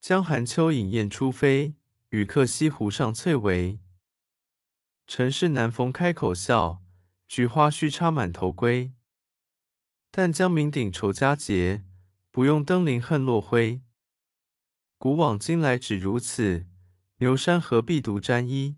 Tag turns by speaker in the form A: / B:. A: 江寒秋饮宴初飞，与客西湖上翠微。尘世难逢开口笑，菊花须插满头归。但将酩酊酬佳节，不用登临恨落晖。古往今来只如此，牛山何必独沾衣？